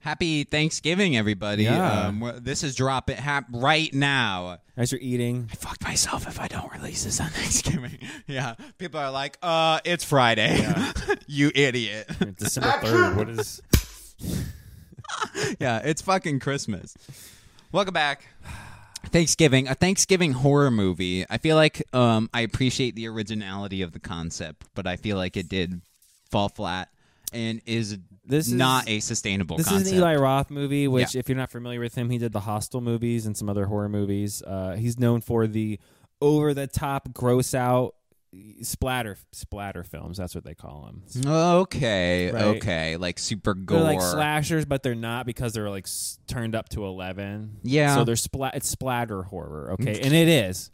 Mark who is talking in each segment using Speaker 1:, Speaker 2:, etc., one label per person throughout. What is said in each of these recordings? Speaker 1: Happy Thanksgiving, everybody.
Speaker 2: Yeah.
Speaker 1: Um, we're- this is dropping hap- right now.
Speaker 2: As you're eating,
Speaker 1: I fucked myself if I don't release this on Thanksgiving. yeah. People are like, uh, it's Friday. you idiot.
Speaker 2: December third. What is?
Speaker 1: yeah, it's fucking Christmas. Welcome back. Thanksgiving, a Thanksgiving horror movie. I feel like um, I appreciate the originality of the concept, but I feel like it did fall flat and is
Speaker 2: This is-
Speaker 1: not a sustainable
Speaker 2: This
Speaker 1: concept.
Speaker 2: is an Eli Roth movie, which,
Speaker 1: Yeah.
Speaker 2: if you're not familiar with him, he did the Hostel movies and some other horror movies. Uh, he's known for the over the top, gross out splatter splatter films. That's what they call them.
Speaker 1: okay,
Speaker 2: Right.
Speaker 1: okay, like super gore.
Speaker 2: They're like slashers, but they're not because they're like s- turned up to eleven.
Speaker 1: Yeah.
Speaker 2: So they're splat. It's splatter horror. Okay, and it is.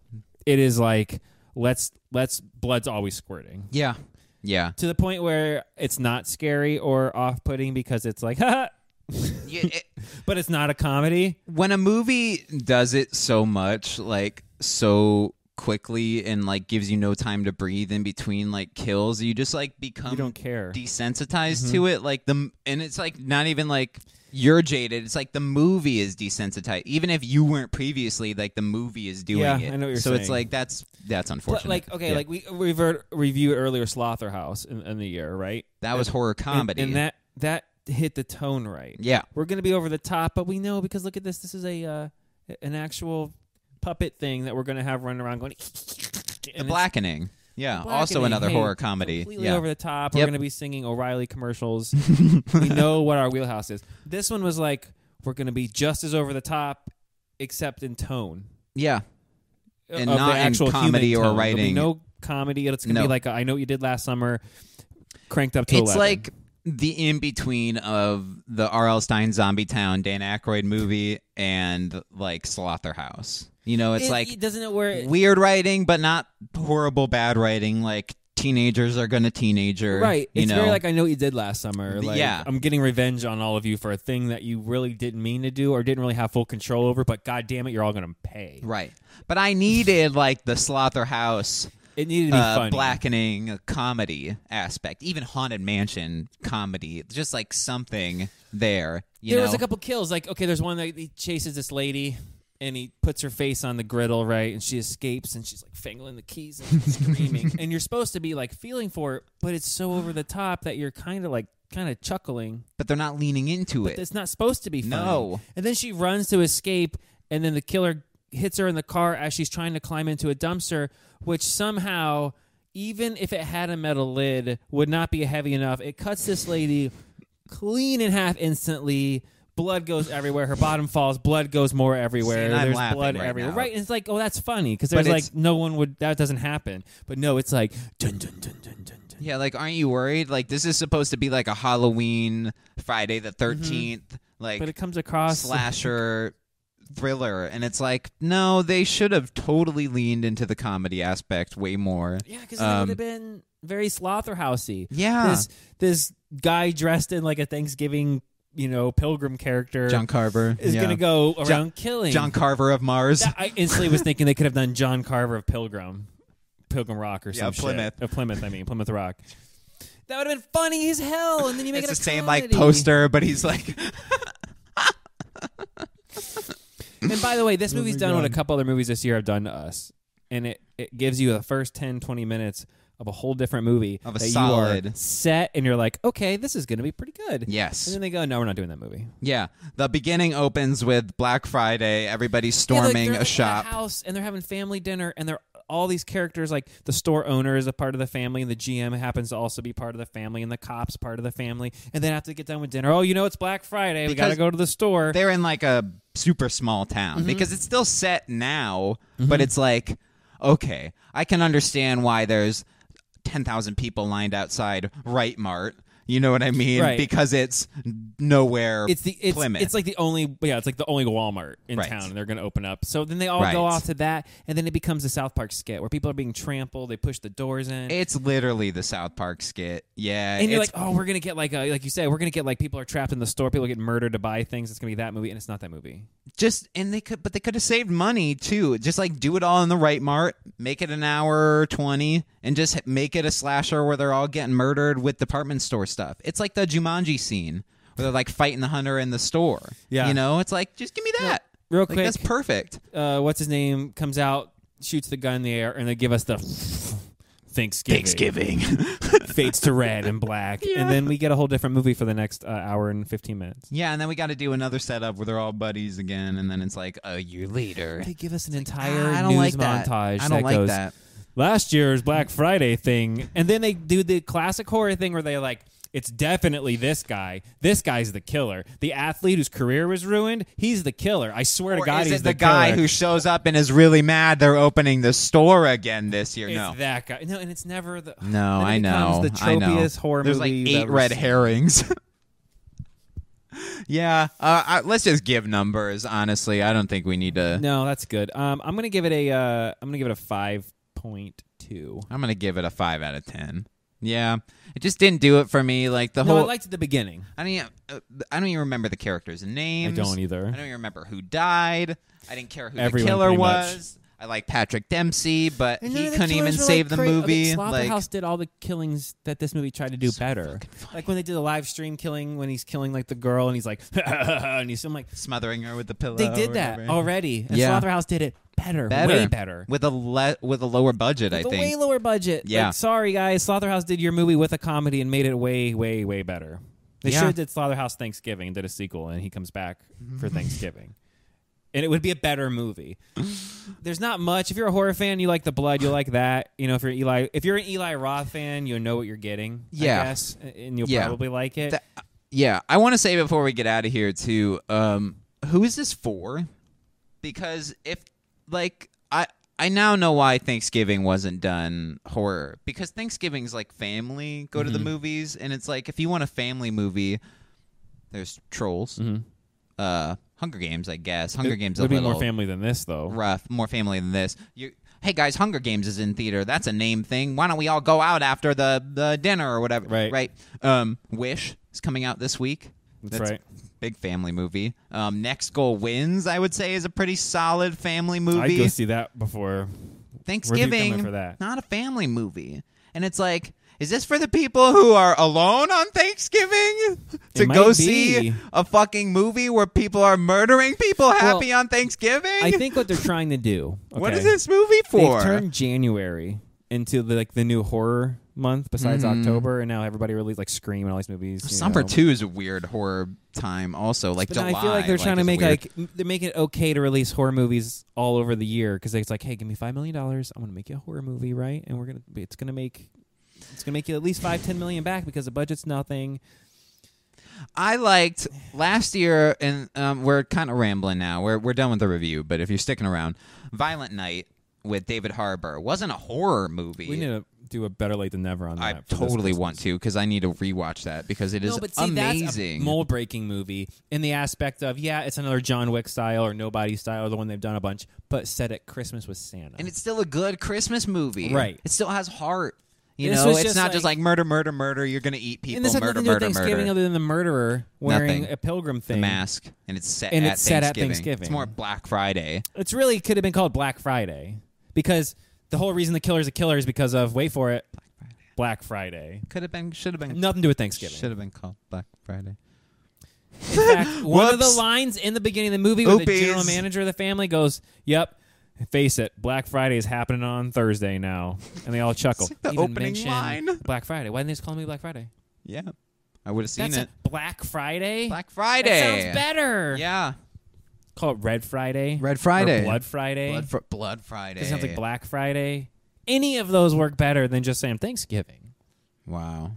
Speaker 2: It is like let's let's blood's always squirting.
Speaker 1: yeah, yeah.
Speaker 2: to the point where it's not scary or off-putting because it's like, ha,
Speaker 1: Yeah, it-
Speaker 2: but it's not a comedy.
Speaker 1: when a movie does it so much, like so quickly, and like gives you no time to breathe in between like kills, you just like become
Speaker 2: You don't care. Mm-hmm.
Speaker 1: desensitized to it like the and it's like not even like you're jaded it's like the movie is desensitized even if you weren't previously like the movie is doing
Speaker 2: Yeah,
Speaker 1: it
Speaker 2: I know what you're
Speaker 1: so it's
Speaker 2: saying.
Speaker 1: like that's that's
Speaker 2: But,
Speaker 1: unfortunate
Speaker 2: like okay,
Speaker 1: Yeah.
Speaker 2: like we we've heard- reviewed earlier Slaughterhouse in, in the year, right?
Speaker 1: that was horror
Speaker 2: And-
Speaker 1: comedy
Speaker 2: and, that that hit the tone right.
Speaker 1: yeah
Speaker 2: We're gonna be over the top, but we know because look at this. This is a uh, an actual puppet thing that we're gonna have running around going.
Speaker 1: the
Speaker 2: and it's
Speaker 1: blackening yeah
Speaker 2: Blackening,
Speaker 1: also another
Speaker 2: hey,
Speaker 1: horror comedy
Speaker 2: completely
Speaker 1: yeah
Speaker 2: over the top. We're
Speaker 1: Yep.
Speaker 2: going to be singing O'Reilly commercials. we know what our wheelhouse is. This one was like we're going to be just as over the top, except in tone
Speaker 1: yeah
Speaker 2: uh,
Speaker 1: And
Speaker 2: of
Speaker 1: not
Speaker 2: the
Speaker 1: in
Speaker 2: actual
Speaker 1: comedy
Speaker 2: human
Speaker 1: or
Speaker 2: tone. There'll be
Speaker 1: writing.
Speaker 2: No comedy. It's going to
Speaker 1: No.
Speaker 2: be like a, I know what you did last summer, cranked up to
Speaker 1: it's
Speaker 2: 11.
Speaker 1: like the in between of the R.L. Stein Zombie Town Dan Aykroyd movie and like Slaughterhouse you know it's
Speaker 2: It-
Speaker 1: like
Speaker 2: it doesn't it where it-
Speaker 1: weird writing, but not horrible bad writing. Like teenagers are gonna teenager,
Speaker 2: Right,
Speaker 1: You
Speaker 2: it's
Speaker 1: know,
Speaker 2: very like I know what you did last summer.
Speaker 1: The-
Speaker 2: Like,
Speaker 1: yeah.
Speaker 2: I'm getting revenge on all of you for a thing that you really didn't mean to do or didn't really have full control over. But god damn it, you're all gonna pay.
Speaker 1: right. But I needed like the Slaughterhouse
Speaker 2: It needed to be
Speaker 1: uh,
Speaker 2: funny.
Speaker 1: blackening comedy aspect, even haunted mansion comedy, just like something there. You
Speaker 2: there
Speaker 1: know,
Speaker 2: was a couple kills. Like, okay, there's one that he chases this lady and he puts her face on the griddle, right? And she escapes and she's like fangling the keys and she's screaming. And you're supposed to be like feeling for it, but it's so over the top that you're kind of like kind of chuckling.
Speaker 1: but they're not leaning into it.
Speaker 2: It's not supposed to be funny.
Speaker 1: No.
Speaker 2: And then she runs to escape and then the killer hits her in the car as she's trying to climb into a dumpster, which somehow even if it had a metal lid would not be heavy enough. It cuts this lady clean in half instantly. Blood goes everywhere. Her bottom falls. Blood goes more everywhere.
Speaker 1: See, and I'm
Speaker 2: There's
Speaker 1: laughing
Speaker 2: blood
Speaker 1: right
Speaker 2: everywhere.
Speaker 1: now.
Speaker 2: Right, and it's like, oh, that's funny because
Speaker 1: But
Speaker 2: there's like
Speaker 1: it's-
Speaker 2: no one would that doesn't happen. But no, it's like dun dun dun dun dun dun.
Speaker 1: Yeah, like, aren't you worried? Like, this is supposed to be like a Halloween Friday the 13th like
Speaker 2: Mm-hmm. But it comes across
Speaker 1: slasher thriller, and it's like, no, they should have totally leaned into the comedy aspect way more.
Speaker 2: Yeah, because it would
Speaker 1: Um,
Speaker 2: have been very slaughterhousey.
Speaker 1: Yeah.
Speaker 2: this this guy dressed in like a Thanksgiving, you know, pilgrim character
Speaker 1: John Carver
Speaker 2: is
Speaker 1: yeah.
Speaker 2: going to go around
Speaker 1: John-
Speaker 2: killing.
Speaker 1: John Carver of Mars.
Speaker 2: That- I instantly was thinking they could have done John Carver of Pilgrim, Pilgrim Rock or
Speaker 1: Yeah,
Speaker 2: some shit.
Speaker 1: Plymouth.
Speaker 2: Of Plymouth, I mean Plymouth Rock. That would have been funny as hell, and then you make
Speaker 1: it's
Speaker 2: it
Speaker 1: the
Speaker 2: a
Speaker 1: same like
Speaker 2: comedy.
Speaker 1: poster, but he's like,
Speaker 2: And by the way, this movie's
Speaker 3: my
Speaker 2: done what a
Speaker 3: God.
Speaker 2: couple other movies this year have done to us. And it, it gives you the first 10, 20 minutes of a whole different movie
Speaker 1: Of a
Speaker 2: that you are
Speaker 1: solid-
Speaker 2: set and you're like, okay, this is going to be pretty good. And
Speaker 1: yes,
Speaker 2: then they go, no, we're not doing that movie.
Speaker 1: yeah. The beginning opens with Black Friday. Everybody's storming a shop.
Speaker 2: house, and they're having family dinner, and they're all these characters like the store owner is a part of the family, and the GM happens to also be part of the family, and the cops part of the family, and then after they get done with dinner, oh, you know it's Black Friday, we got to
Speaker 1: Because
Speaker 2: go to the store.
Speaker 1: They're in like a super small town
Speaker 2: Mm-hmm.
Speaker 1: because it's still set now, but it's like, okay, I can understand why there's 10,000 people lined outside Right Mart. You know what I mean?
Speaker 2: Right.
Speaker 1: Because it's nowhere.
Speaker 2: It's the it's,
Speaker 1: Plymouth.
Speaker 2: it's like the only yeah it's like the only Walmart in
Speaker 1: Right.
Speaker 2: town and they're going to open up. So then they all
Speaker 1: Right.
Speaker 2: go off to that and then it becomes a South Park skit where people are being trampled. They push the doors in.
Speaker 1: It's literally the South Park skit. Yeah.
Speaker 2: and you're
Speaker 1: it's-
Speaker 2: like, oh, we're gonna get like a, like you said, we're gonna get like people are trapped in the store, people get murdered to buy things. It's gonna be that movie, and it's not that movie.
Speaker 1: just and they could but they could have saved money too. Just like do it all in the right mart, make it an hour 20 and just h- make it a slasher where they're all getting murdered with department store stuff. It's like the Jumanji scene Where they're like fighting the hunter in the store.
Speaker 2: Yeah.
Speaker 1: You know, it's like, just give me that.
Speaker 2: Real
Speaker 1: Like,
Speaker 2: quick,
Speaker 1: that's perfect.
Speaker 2: uh, what's his name comes out, shoots the gun in the air, and they give us the Thanksgiving. fades to red and black, and then we get a whole different movie for the next uh, hour and fifteen minutes.
Speaker 1: yeah, and then we got to do another setup where they're all buddies again, and then it's like a year later.
Speaker 2: They give us an entire
Speaker 1: I don't
Speaker 2: news
Speaker 1: like that.
Speaker 2: montage.
Speaker 1: I don't like
Speaker 2: goes,
Speaker 1: that.
Speaker 2: Last year's Black Friday thing, and then they do the classic horror thing where they like. It's definitely this guy. This guy's the killer. The athlete whose career was ruined, he's the killer. I swear to
Speaker 1: Or
Speaker 2: God,
Speaker 1: is
Speaker 2: he's
Speaker 1: it the, guy
Speaker 2: killer.
Speaker 1: who shows up and is really mad they're opening the store again this year?
Speaker 2: It's
Speaker 1: no.
Speaker 2: that guy. No, and it's never the.
Speaker 1: No,
Speaker 2: Then it
Speaker 1: I know.
Speaker 2: becomes the
Speaker 1: I know.
Speaker 2: tropiest horror
Speaker 1: There's
Speaker 2: movie
Speaker 1: like
Speaker 2: you've
Speaker 1: eight
Speaker 2: ever
Speaker 1: red
Speaker 2: seen.
Speaker 1: herrings. yeah, uh, I, let's just give numbers. Honestly, I don't think we need to.
Speaker 2: No, that's good. Um, I'm gonna give it a. Uh, I'm gonna give it a five point two.
Speaker 1: I'm gonna give it a five out of ten. Yeah, it just didn't do it for me. Like the
Speaker 2: No, I
Speaker 1: whole.
Speaker 2: liked the beginning.
Speaker 1: I mean, uh, I don't even remember the characters'
Speaker 2: I
Speaker 1: names.
Speaker 2: don't either.
Speaker 1: I don't even remember who died. I didn't care who
Speaker 2: Everyone
Speaker 1: the killer
Speaker 2: pretty much.
Speaker 1: was. I like Patrick Dempsey, but he couldn't even save the movie. like,
Speaker 2: Slaughterhouse did all the killings that this movie tried to do better. Like when they did the live stream killing, when he's killing like the girl, and he's like, and he's I'm like,
Speaker 1: smothering her with the pillow.
Speaker 2: they
Speaker 1: or
Speaker 2: did that
Speaker 1: whatever.
Speaker 2: already. And
Speaker 1: Yeah.
Speaker 2: Slaughterhouse did it better,
Speaker 1: better,
Speaker 2: way better.
Speaker 1: with a le- with a lower budget.
Speaker 2: With
Speaker 1: I
Speaker 2: a
Speaker 1: think.
Speaker 2: way lower budget.
Speaker 1: Yeah.
Speaker 2: Like, sorry guys, Slaughterhouse did your movie with a comedy and made it way, way, way better. They
Speaker 1: Yeah.
Speaker 2: should sure did Slaughterhouse Thanksgiving, did a sequel, and he comes back for Thanksgiving. And it would be a better movie. There's not much. If you're a horror fan, you like the blood, you like that. You know, if you're Eli, if you're an Eli Roth fan, you know what you're getting.
Speaker 1: Yeah.
Speaker 2: I guess, and you'll
Speaker 1: Yeah.
Speaker 2: probably like it.
Speaker 1: That- yeah, I want to say before we get out of here too, um, who is this for? Because if like I I now know why Thanksgiving wasn't done horror because Thanksgiving's like family go to
Speaker 2: Mm-hmm.
Speaker 1: the movies and it's like if you want a family movie, there's Trolls, uh, Hunger Games, I guess. Hunger Games
Speaker 2: Mm-hmm. it would
Speaker 1: a
Speaker 2: be
Speaker 1: little
Speaker 2: more family than this, though.
Speaker 1: rough, more family than this. You, hey guys, Hunger Games is in theater. That's a name thing. Why don't we all go out after the, the dinner or whatever?
Speaker 2: Right.
Speaker 1: right. Um, Wish is coming out this week.
Speaker 2: That's right.
Speaker 1: a Big family movie. Um, Next Goal Wins, I would say, is a pretty solid family movie.
Speaker 2: I'd go see that before.
Speaker 1: Thanksgiving,
Speaker 2: Review for that.
Speaker 1: not a family movie. And it's like, is this for the people who are alone on Thanksgiving to
Speaker 2: might
Speaker 1: go
Speaker 2: be.
Speaker 1: see a fucking movie where people are murdering people happy on Thanksgiving?
Speaker 2: I think what they're trying to do.
Speaker 1: What is
Speaker 2: okay?
Speaker 1: this movie for?
Speaker 2: They've turned January into the, like the new horror month besides October, and now everybody released like Scream and all these movies. you
Speaker 1: Mm-hmm. Summer
Speaker 2: know.
Speaker 1: two is a weird horror time, also like
Speaker 2: But now
Speaker 1: July.
Speaker 2: I feel like they're trying to
Speaker 1: is
Speaker 2: make
Speaker 1: weird.
Speaker 2: like m- they're making it okay to release horror movies all over the year because it's like, hey, give me five million dollars, I'm gonna make you a horror movie, right? And we're gonna it's gonna make it's gonna make you at least five ten million back because the budget's nothing.
Speaker 1: I liked last year, and um, we're kind of rambling now. We're we're done with the review, but if you're sticking around, Violent Night with David Harbour wasn't a horror movie.
Speaker 2: We need to do a better late than never on that.
Speaker 1: I
Speaker 2: for this
Speaker 1: totally
Speaker 2: Christmas.
Speaker 1: want to because I need to rewatch that because it is
Speaker 2: no, but see,
Speaker 1: amazing.
Speaker 2: That's a mold breaking movie in the aspect of yeah, it's another John Wick style or nobody style, the one they've done a bunch, but set at Christmas with Santa.
Speaker 1: and it's still a good Christmas movie,
Speaker 2: Right.
Speaker 1: It still has heart. You
Speaker 2: This
Speaker 1: know,
Speaker 2: was
Speaker 1: it's
Speaker 2: just
Speaker 1: not just
Speaker 2: like-
Speaker 1: like murder, murder, murder. You're gonna eat people.
Speaker 2: and this had
Speaker 1: murder,
Speaker 2: nothing to do with
Speaker 1: murder,
Speaker 2: Thanksgiving
Speaker 1: murder.
Speaker 2: other than the murderer wearing
Speaker 1: Nothing.
Speaker 2: a pilgrim thing.
Speaker 1: the mask, and it's set
Speaker 2: And
Speaker 1: at
Speaker 2: it's set at
Speaker 1: Thanksgiving. It's
Speaker 2: Thanksgiving.
Speaker 1: more Black Friday.
Speaker 2: It's really could have been called Black Friday because the whole reason the killer's a killer is because of wait for it, Black Friday.
Speaker 1: Could have been, should have been,
Speaker 2: Nothing to do with Thanksgiving.
Speaker 1: should have been called Black Friday.
Speaker 2: In fact, one of the
Speaker 1: Whoops.
Speaker 2: lines in the beginning of the movie where the
Speaker 1: Oopies.
Speaker 2: general manager of the family goes, "Yep, face it, Black Friday is happening on Thursday now," and they all chuckle.
Speaker 1: It's like the
Speaker 2: Even
Speaker 1: opening
Speaker 2: mention
Speaker 1: line.
Speaker 2: Black Friday. Why didn't they just call me Black Friday?
Speaker 1: Yeah, I would have seen
Speaker 2: That's
Speaker 1: it.
Speaker 2: a- Black Friday.
Speaker 1: Black
Speaker 2: That
Speaker 1: Friday
Speaker 2: sounds better.
Speaker 1: Yeah,
Speaker 2: Call it Red Friday.
Speaker 1: Red Friday.
Speaker 2: Or Blood Friday.
Speaker 1: Blood, fr- Blood Friday.
Speaker 2: It sounds like Black Friday. Any of those work better than just saying Thanksgiving.
Speaker 1: Wow.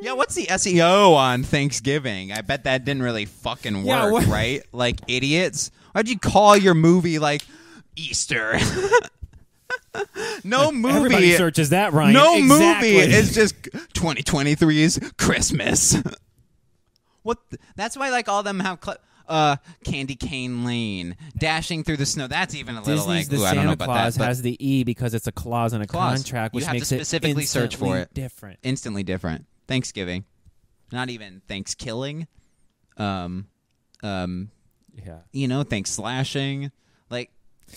Speaker 1: yeah, what's the SEO on Thanksgiving? I bet that didn't really fucking
Speaker 2: Yeah,
Speaker 1: work,
Speaker 2: what-
Speaker 1: right? Like idiots. Why'd you call your movie like Easter? no
Speaker 2: Everybody
Speaker 1: movie.
Speaker 2: searches that, Ryan.
Speaker 1: No
Speaker 2: Exactly.
Speaker 1: movie is just 2023's Christmas. what? th- that's why like all them have cl- uh Candy Cane Lane, dashing through the snow. That's even a little like
Speaker 2: Disney's The
Speaker 1: ooh,
Speaker 2: Santa
Speaker 1: I don't know about
Speaker 2: Claus
Speaker 1: that. but
Speaker 2: has the E because it's a clause in a
Speaker 1: Clause.
Speaker 2: contract,
Speaker 1: You
Speaker 2: which
Speaker 1: have to
Speaker 2: makes it
Speaker 1: specifically search for
Speaker 2: instantly
Speaker 1: it.
Speaker 2: Different.
Speaker 1: instantly different. Thanksgiving, not even thanks killing, um, um,
Speaker 2: Yeah.
Speaker 1: you know, thanks slashing. Like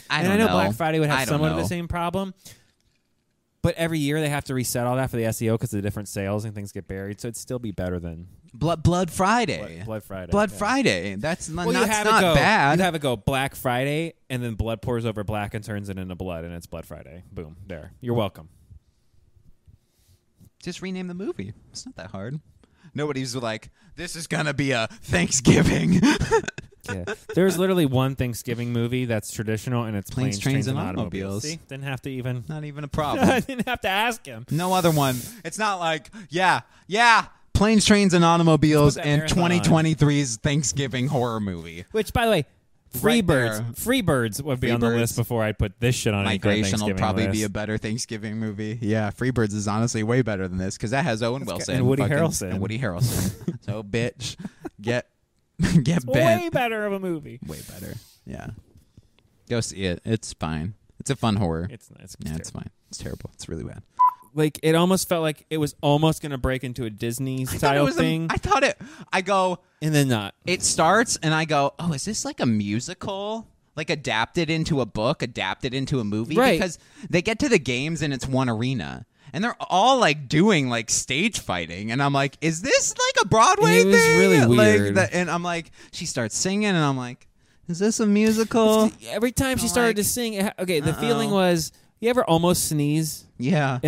Speaker 1: I
Speaker 2: and
Speaker 1: don't
Speaker 2: I know,
Speaker 1: know.
Speaker 2: Black Friday would
Speaker 1: I
Speaker 2: have
Speaker 1: don't
Speaker 2: somewhat of
Speaker 1: know.
Speaker 2: the same problem. But every year they have to reset all that for the E SEO because the different sales and things get buried. So it'd still be better than
Speaker 1: Blood Blood Friday.
Speaker 2: Blood, Blood Friday.
Speaker 1: Blood
Speaker 2: yeah.
Speaker 1: Friday. That's not,
Speaker 2: Well, you
Speaker 1: that's
Speaker 2: have
Speaker 1: not
Speaker 2: it go.
Speaker 1: bad.
Speaker 2: You have it go Black Friday, and then blood pours over black and turns it into blood, and it's Blood Friday. Boom. There. You're welcome.
Speaker 1: Just rename the movie. It's not that hard. Nobody's like, this is gonna be a Thanksgiving.
Speaker 2: Yeah. There's literally one Thanksgiving movie that's traditional, and it's
Speaker 1: Planes,
Speaker 2: Planes,
Speaker 1: Trains,
Speaker 2: Trains,
Speaker 1: and Automobiles.
Speaker 2: Automobiles. See? Didn't have to even.
Speaker 1: not even a problem.
Speaker 2: I didn't have to ask him.
Speaker 1: No other one. It's not like, yeah, yeah, planes, trains, and automobiles,
Speaker 2: Let's put that
Speaker 1: and
Speaker 2: marathon on.
Speaker 1: 2023's Thanksgiving horror movie.
Speaker 2: Which, by the way,
Speaker 1: Right
Speaker 2: Freebirds. Freebirds would be on the
Speaker 1: Freebirds.
Speaker 2: list before I put this shit on any kind of
Speaker 1: Migration will
Speaker 2: Thanksgiving
Speaker 1: probably be a
Speaker 2: list.
Speaker 1: better Thanksgiving movie. Yeah, Freebirds is honestly way better than this because that has Owen Wilson
Speaker 2: and Woody
Speaker 1: fucking-
Speaker 2: Harrelson.
Speaker 1: and Woody Harrelson. so bitch, get get bent.
Speaker 2: way better of a movie.
Speaker 1: Way better. Yeah, go see it. It's fine. It's a fun horror.
Speaker 2: It's it's,
Speaker 1: yeah, it's fine. It's terrible. It's really bad.
Speaker 2: like it almost felt like it was almost gonna break into a Disney
Speaker 1: I thought it
Speaker 2: style
Speaker 1: was a-
Speaker 2: thing,
Speaker 1: I thought it. I go.
Speaker 2: and then not.
Speaker 1: it starts and I go, "Oh, is this like a musical?" Like adapted into a book, adapted into a movie
Speaker 2: Right.
Speaker 1: because they get to the games and it's one arena. And they're all like doing like stage fighting and I'm like, "Is this like a Broadway
Speaker 2: It was
Speaker 1: thing?"
Speaker 2: really
Speaker 1: Like,
Speaker 2: weird.
Speaker 1: the- and I'm like, she starts singing and I'm like, "Is this a musical?"
Speaker 2: Every time she
Speaker 1: I'm
Speaker 2: started
Speaker 1: Oh. like,
Speaker 2: to sing, it ha- okay, the
Speaker 1: uh-oh.
Speaker 2: feeling was you ever almost sneeze
Speaker 1: yeah.